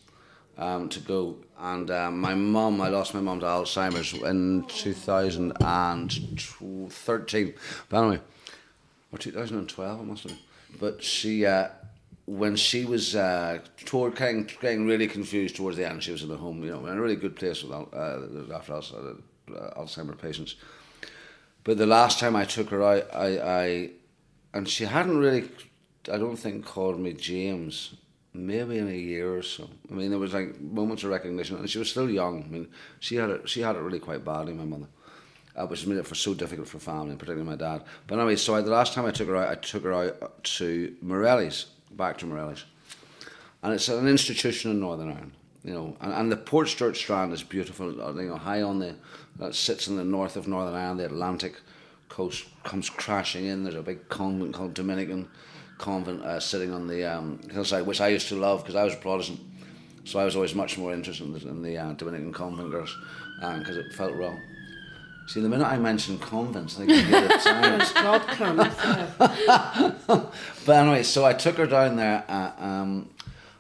Um, to go and um, my mum, I lost my mum to Alzheimer's in 2013. But anyway, or 2012 it must have been. But she, uh, when she was uh, toward getting, getting really confused towards the end, she was in a home, you know, in a really good place with, al- uh, after Alz- uh, Alzheimer patients. But the last time I took her out, I, I, and she hadn't really, I don't think, called me James, maybe in a year or so. I mean, there was like moments of recognition, and she was still young. I mean, she had it, she had it really quite badly, my mother, uh, which made it for so difficult for family, particularly my dad. But anyway, so I, the last time I took her out, I took her out to Morelli's, back to Morelli's and it's an institution in Northern Ireland. You know, and, and the Port Stewart Strand is beautiful. uh, You know, high on the that sits in the north of Northern Ireland, the Atlantic coast comes crashing in. There's a big convent called Dominican convent uh, sitting on the um, hillside, which I used to love because I was Protestant, so I was always much more interested in the, in the uh, Dominican convent girls because it felt wrong. See, the minute I mention convents, I think I get it. silenced. God comes. But anyway, so I took her down there, uh, um,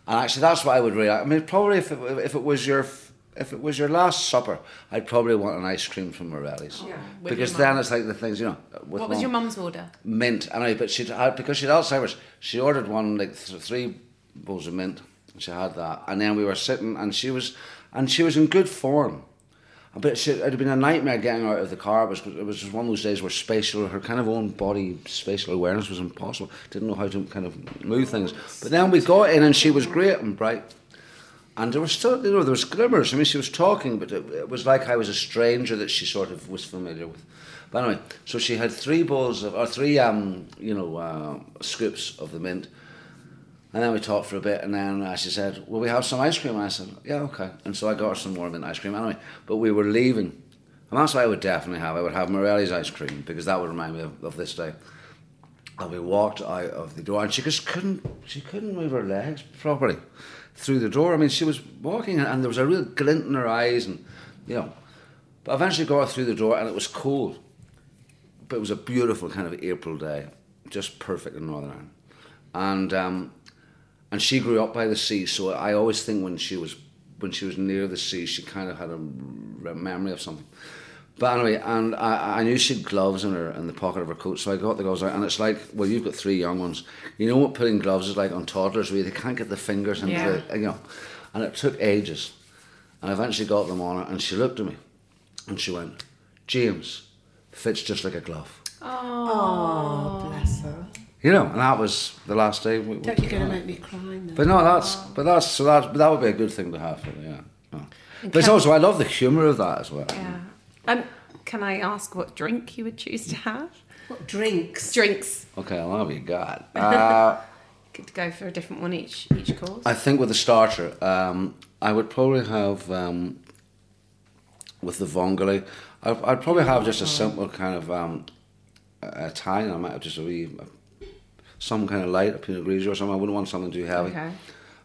and actually, that's what I would really. I mean, probably if it, if it was your if it was your last supper, I'd probably want an ice cream from Morelli's. Yeah, with because your then mum. it's like the things you know. With What was mum. your mum's order? Mint. I know, but she'd had because she'd Alzheimer's. She ordered one like th- three bowls of mint. and She had that, and then we were sitting, and she was, and she was in good form. But she, it had been a nightmare getting out of the car. It was, it was just one of those days where spatial, her kind of own body spatial awareness was impossible. Didn't know how to kind of move things. But then we got in, and she was great and bright. And there was still, you know, there was glimmers. I mean, she was talking, but it, it was like I was a stranger that she sort of was familiar with. But anyway, so she had three bowls of, or three, um, you know, uh, scoops of the mint. And then we talked for a bit, and then uh, she said, "Will we have some ice cream?" And I said, "Yeah, okay." And so I got her some more mint ice cream anyway. But we were leaving, and that's what I would definitely have. I would have Morelli's ice cream because that would remind me of, of this day. And we walked out of the door, and she just couldn't. She couldn't move her legs properly through the door. I mean, she was walking, and- and there was a real glint in her eyes, and you know. But eventually, got her through the door, and it was cold. But it was a beautiful kind of April day, just perfect in Northern Ireland, and um, and she grew up by the sea. So I always think when she was when she was near the sea, she kind of had a re- memory of something. But anyway, and I, I knew she had gloves in her in the pocket of her coat, so I got the gloves out, and it's like, well, you've got three young ones. You know what putting gloves is like on toddlers, where they can't get the fingers into Yeah. the, you know, and it took ages, and I eventually got them on her, and she looked at me, and she went, James, fits just like a glove, Oh, bless her. you know, and that was the last day. We, we Don't you took going to her make out. me cry now? But no, that's but that's so that that would be a good thing to have. Yeah. No. But it's also I love the humour of that as well. Yeah. Um, can I ask what drink you would choose to have? What drinks? Drinks. Okay, I love you, God. Uh, could go for a different one each each course. I think with the starter, um, I would probably have um, with the vongole. I, I'd probably have just a simple kind of um, uh, Italian. I might have just a wee, some kind of light, a pinot grigio or something. I wouldn't want something too heavy. Okay.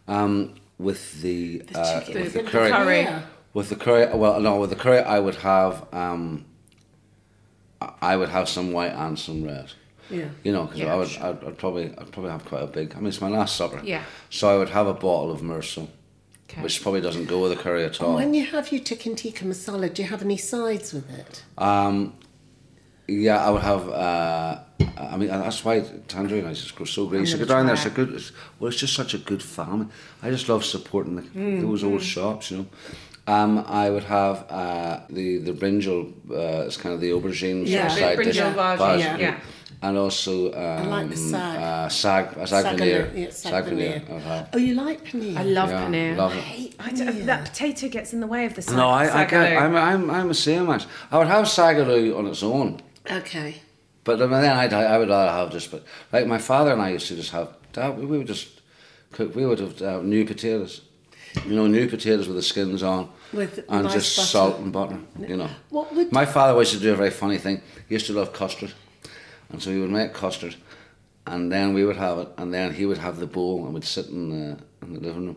Um, with the, uh, chicken. with the The curry, curry. with the curry. Well, no, with the curry, I would have. Um, I would have some white and some red. Yeah. You know, because Yeah, I would, sure. I'd, I'd probably, I'd probably have quite a big. I mean, it's my last supper. Yeah. So I would have a bottle of Merceau, Okay. which probably doesn't go with the curry at all. When you have your chicken tikka masala, do you have any sides with it? yeah, I would have. Uh, I mean, and that's why tandoori nice just grow so great. So go down there. It's a good. It's, well, it's just such a good family. I just love supporting the, Mm-hmm. those old shops. You know. Um, I would have uh, the the brinjal. Uh, it's kind of the aubergine Yeah. sort of side dish. Brinjal bhaji, bhaji, yeah. Yeah. And also, um, like the sag. Uh, sag, uh, sag, paneer. Yeah, sag, sag paneer. paneer. I would have. Oh, you like paneer? I love Yeah, paneer. love it. I don't- That potato gets in the way of the sa- No, I, I sago. can't, I'm, I'm, I'm the same actually. I would have sagaloo on its own, Okay. but then I'd, I would rather have just. But like my father and I used to just have. Dad, we would just cook. We would have uh, new potatoes, you know, new potatoes with the skins on, With and nice just butter. salt and butter. You know, What would- my father used to do a very funny thing. He used to love custard, and so he would make custard, and then we would have it, and then he would have the bowl, and we'd sit in the in the living room,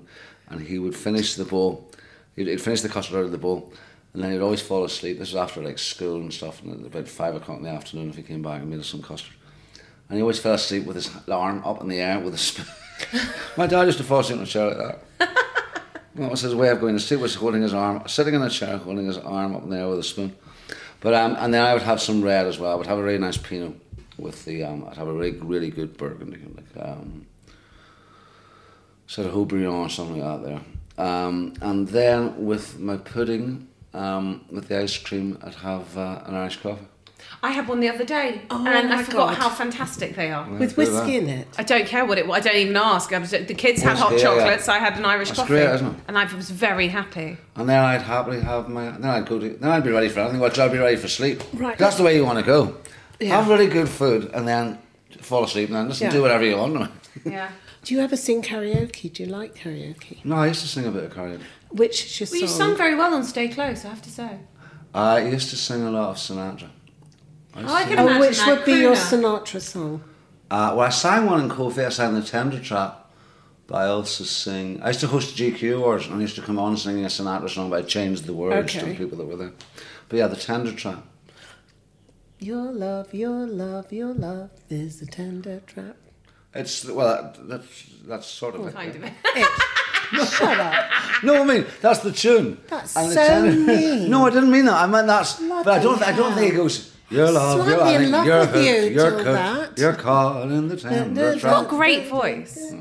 and he would finish the bowl. He'd, he'd finish the custard out of the bowl, and then he'd always fall asleep. This was after like school and stuff, and at about five o'clock in the afternoon, if he came back and made us some custard, and he always fell asleep with his arm up in the air with a spoon. My dad used to fall asleep in a chair like that. That was his way of going to sleep. Was holding his arm, sitting in a chair, holding his arm up in the air with a spoon. But um, and then I would have some red as well. I would have a really nice pinot with the. Um, I'd have a really really good burgundy, like um, sort of Haubrion or something like that there. Um, and then with my pudding, um, with the ice cream, I'd have uh, an Irish coffee. I had one the other day, Oh and my I forgot God. how fantastic they are. With do that. whiskey in it. I don't care what it. I don't even ask. I was, the kids had hot Whiskey, yeah, yeah. chocolates. I had an Irish That's coffee, great, isn't it? and I was very happy. And then I'd happily have my. Then I'd go to. Then I'd be ready for anything. Well, I'd be ready for sleep. Right. That's the way you want to go. Have really good food and then fall asleep and then just Yeah. do whatever you want. Yeah. Do you ever sing karaoke? Do you like karaoke? No, I used to sing a bit of karaoke. Which is your Well, you song? sung very well on Stay Close, I have to say. I used to sing a lot of Sinatra. Oh, I can oh, imagine which that would be your crooner. Sinatra song? Uh, well, I sang one in Coldfeet. I sang the Tender Trap, but I also sing. I used to host GQ awards and I used to come on singing a Sinatra song, but I changed the words to Okay. the people that were there. But yeah, the Tender Trap. Your love, your love, your love is a tender trap. It's well, that, that's that's sort of it. Kind of. Shut up. No, I mean that's the tune. That's the so tenor- mean. no, I didn't mean that. I meant that's. but I don't. I don't think it goes. Your love, Slightly your I in think love you're with you hooked, you're till cooked, that. you're caught in the no, tender it's trap. not Great voice.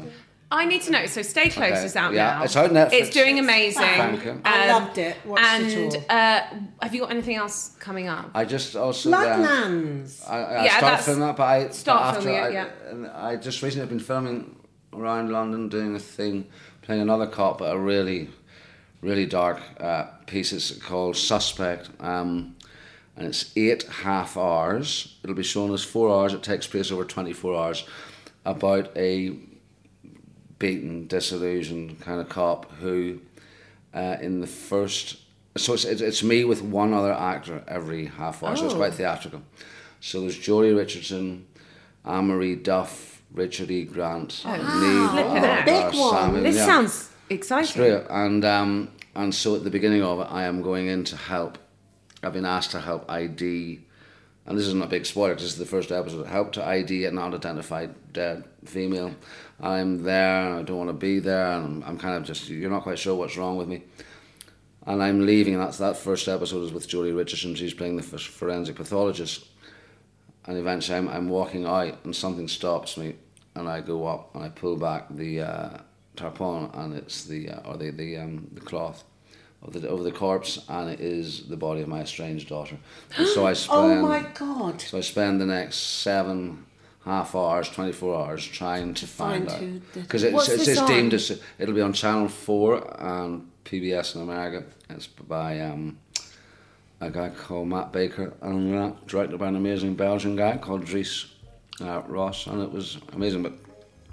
I need to know. So Stay Close Okay, is out yeah, now. it's out on Netflix. It's doing amazing. Thank you. I Um, loved it. Watched and it all. uh, have you got anything else coming up? I just also. then- Bloodlands. I, I Yeah, started that's- filming that, but I start but after filming it, I, yeah. and I just recently have been filming around London, doing a thing, playing another cop, but a really, really dark uh, piece. It's called Suspect, um, and it's eight half hours. It'll be shown as four hours. It takes place over twenty four hours, about a beaten, disillusioned kind of cop who, uh, in the first, so it's, it's it's me with one other actor every half hour, so Oh. it's quite theatrical. So there's Jodie Richardson, Anne-Marie Duff, Richard E. Grant, oh, Flippin' heck. Big one. this sounds exciting. Great. And um, and so at the beginning of it, I am going in to help. I've been asked to help ID, and this isn't a big spoiler. 'cause This is the first episode. Help to ID an unidentified dead female. I'm there. And I don't want to be there, and I'm, I'm kind of just. You're not quite sure what's wrong with me. And I'm leaving. And that's that first episode is with Jodie Richardson. She's playing the f- forensic pathologist. And eventually, I'm, I'm walking out, and something stops me, and I go up and I pull back the uh, tarpaulin, and it's the uh, or the the um, the cloth of the over the corpse, and it is the body of my estranged daughter. And so I spend Oh my God. so I spend the next seven half hours, twenty four hours trying to find, Find who out did- because What's it's, it's, this it's deemed on? as it'll be on Channel Four and PBS in America. It's by um, a guy called Matt Baker and that directed by an amazing Belgian guy called Dries uh, Ross, and it was amazing but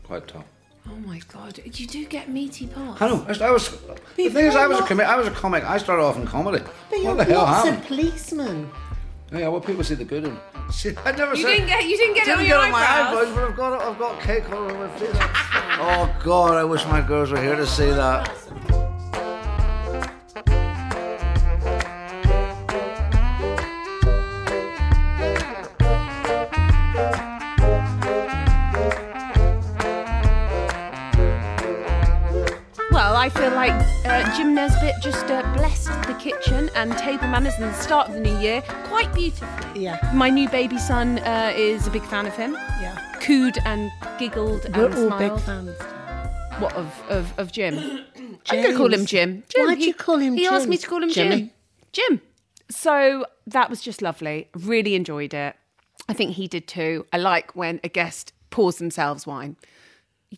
quite tough. Oh my god, you do get meaty parts. I know. I was. The you've thing is, got I was a lots- comic. I was a comic. I started off in comedy. But you're what the hell lots happened? of policemen. Yeah, well, people see the good in. See, I never. You said, didn't get- you didn't get it on your my eyebrows. eyebrows, but I've got it. I've got cake all over my face. oh God, I wish my girls were here to see that. Well, I feel like uh, Jim Nesbitt just uh, blessed the kitchen and table manners in the start of the new year quite beautifully. Yeah. My new baby son uh, is a big fan of him. Yeah. Cooed and giggled We're and all smiled. big fans. What of of, of Jim? I'm gonna call him James. Jim. Jim Why'd you call him He asked Jim? me to call him Jimmy. Jim. Jim. So that was just lovely. Really enjoyed it. I think he did too. I like when a guest pours themselves wine.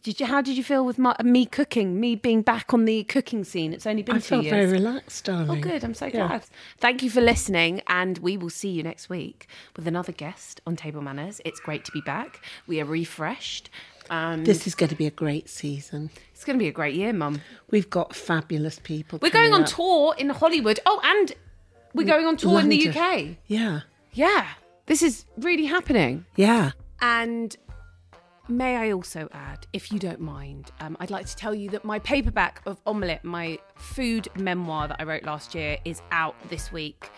Did you? How did you feel with my, uh, me cooking? Me being back on the cooking scene. It's only been I two felt years. very relaxed, Oh, darling. good. I'm so Yeah. glad. Thank you for listening, and we will see you next week with another guest on Table Manners. It's great to be back. We are refreshed. Um, This is going to be a great season. it's going to be a great year, Mum. We've got fabulous people. We're going on coming up. tour in Hollywood. Oh, and we're going on tour in the London. UK. Yeah. Yeah. This is really happening. Yeah. And may I also add, if you don't mind, um, I'd like to tell you that my paperback of Omelette, my food memoir that I wrote last year, is out this week.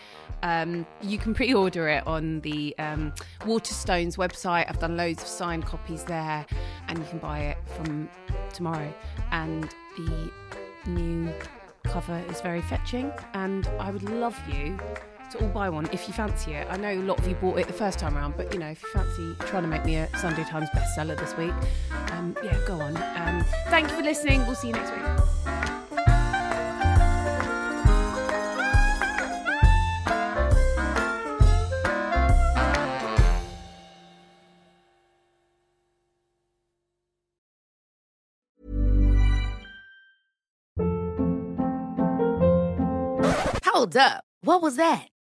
Um, you can pre order it on the um, Waterstones website. I've done loads of signed copies there, and you can buy it from tomorrow. And the new cover is very fetching, and I would love you to all buy one if you fancy it. I know a lot of you bought it the first time around, but you know, if you fancy trying to make me a Sunday Times bestseller this week, um, yeah, go on. Um, thank you for listening. We'll see you next week. Hold up. What was that?